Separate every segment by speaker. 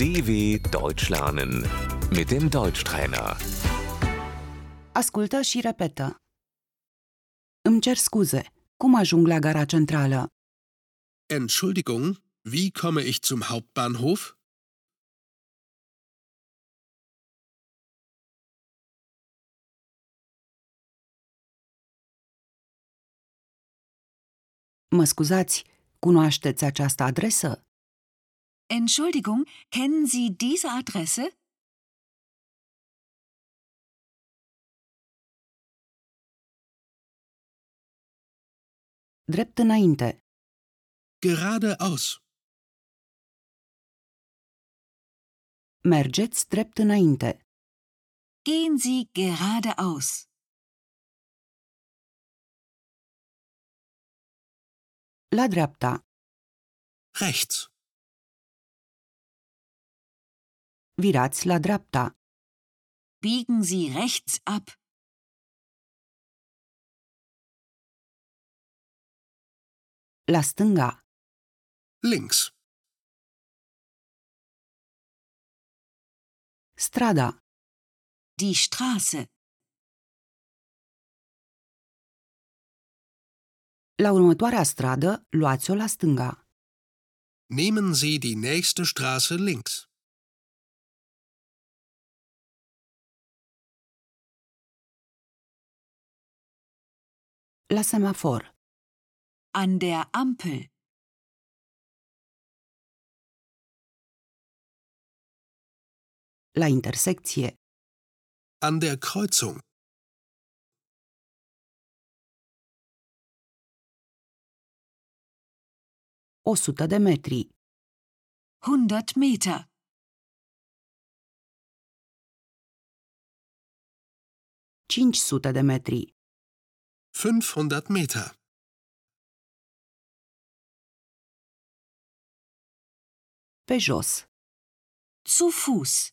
Speaker 1: DW Deutsch lernen mit dem Deutschtrainer.
Speaker 2: Ascultă și repetă. Îmi cer scuze. Cum ajung la gara centrală?
Speaker 3: Entschuldigung, wie komme ich zum Hauptbahnhof?
Speaker 2: Mă scuzați, cunoașteți această adresă?
Speaker 4: Entschuldigung, kennen Sie diese Adresse?
Speaker 2: Drept înainte.
Speaker 3: Geradeaus.
Speaker 2: Mergeți drept înainte.
Speaker 4: Gehen Sie geradeaus.
Speaker 2: La dreapta.
Speaker 3: Rechts.
Speaker 2: Virați la dreapta.
Speaker 4: Biegen Sie rechts ab.
Speaker 2: La stânga.
Speaker 3: Links.
Speaker 2: Strada.
Speaker 4: Die Straße.
Speaker 2: La următoarea stradă, luați-o la stânga.
Speaker 3: Nehmen Sie die nächste Straße links.
Speaker 2: La semafor.
Speaker 4: An der Ampel.
Speaker 2: La intersecție.
Speaker 3: An der Kreuzung.
Speaker 2: O sută de metri.
Speaker 4: 100 Meter.
Speaker 2: Cinci sute de metri.
Speaker 3: 500 Meter.
Speaker 2: Pe jos.
Speaker 4: Zu Fuß.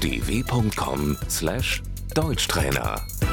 Speaker 1: dw.com/deutschtrainer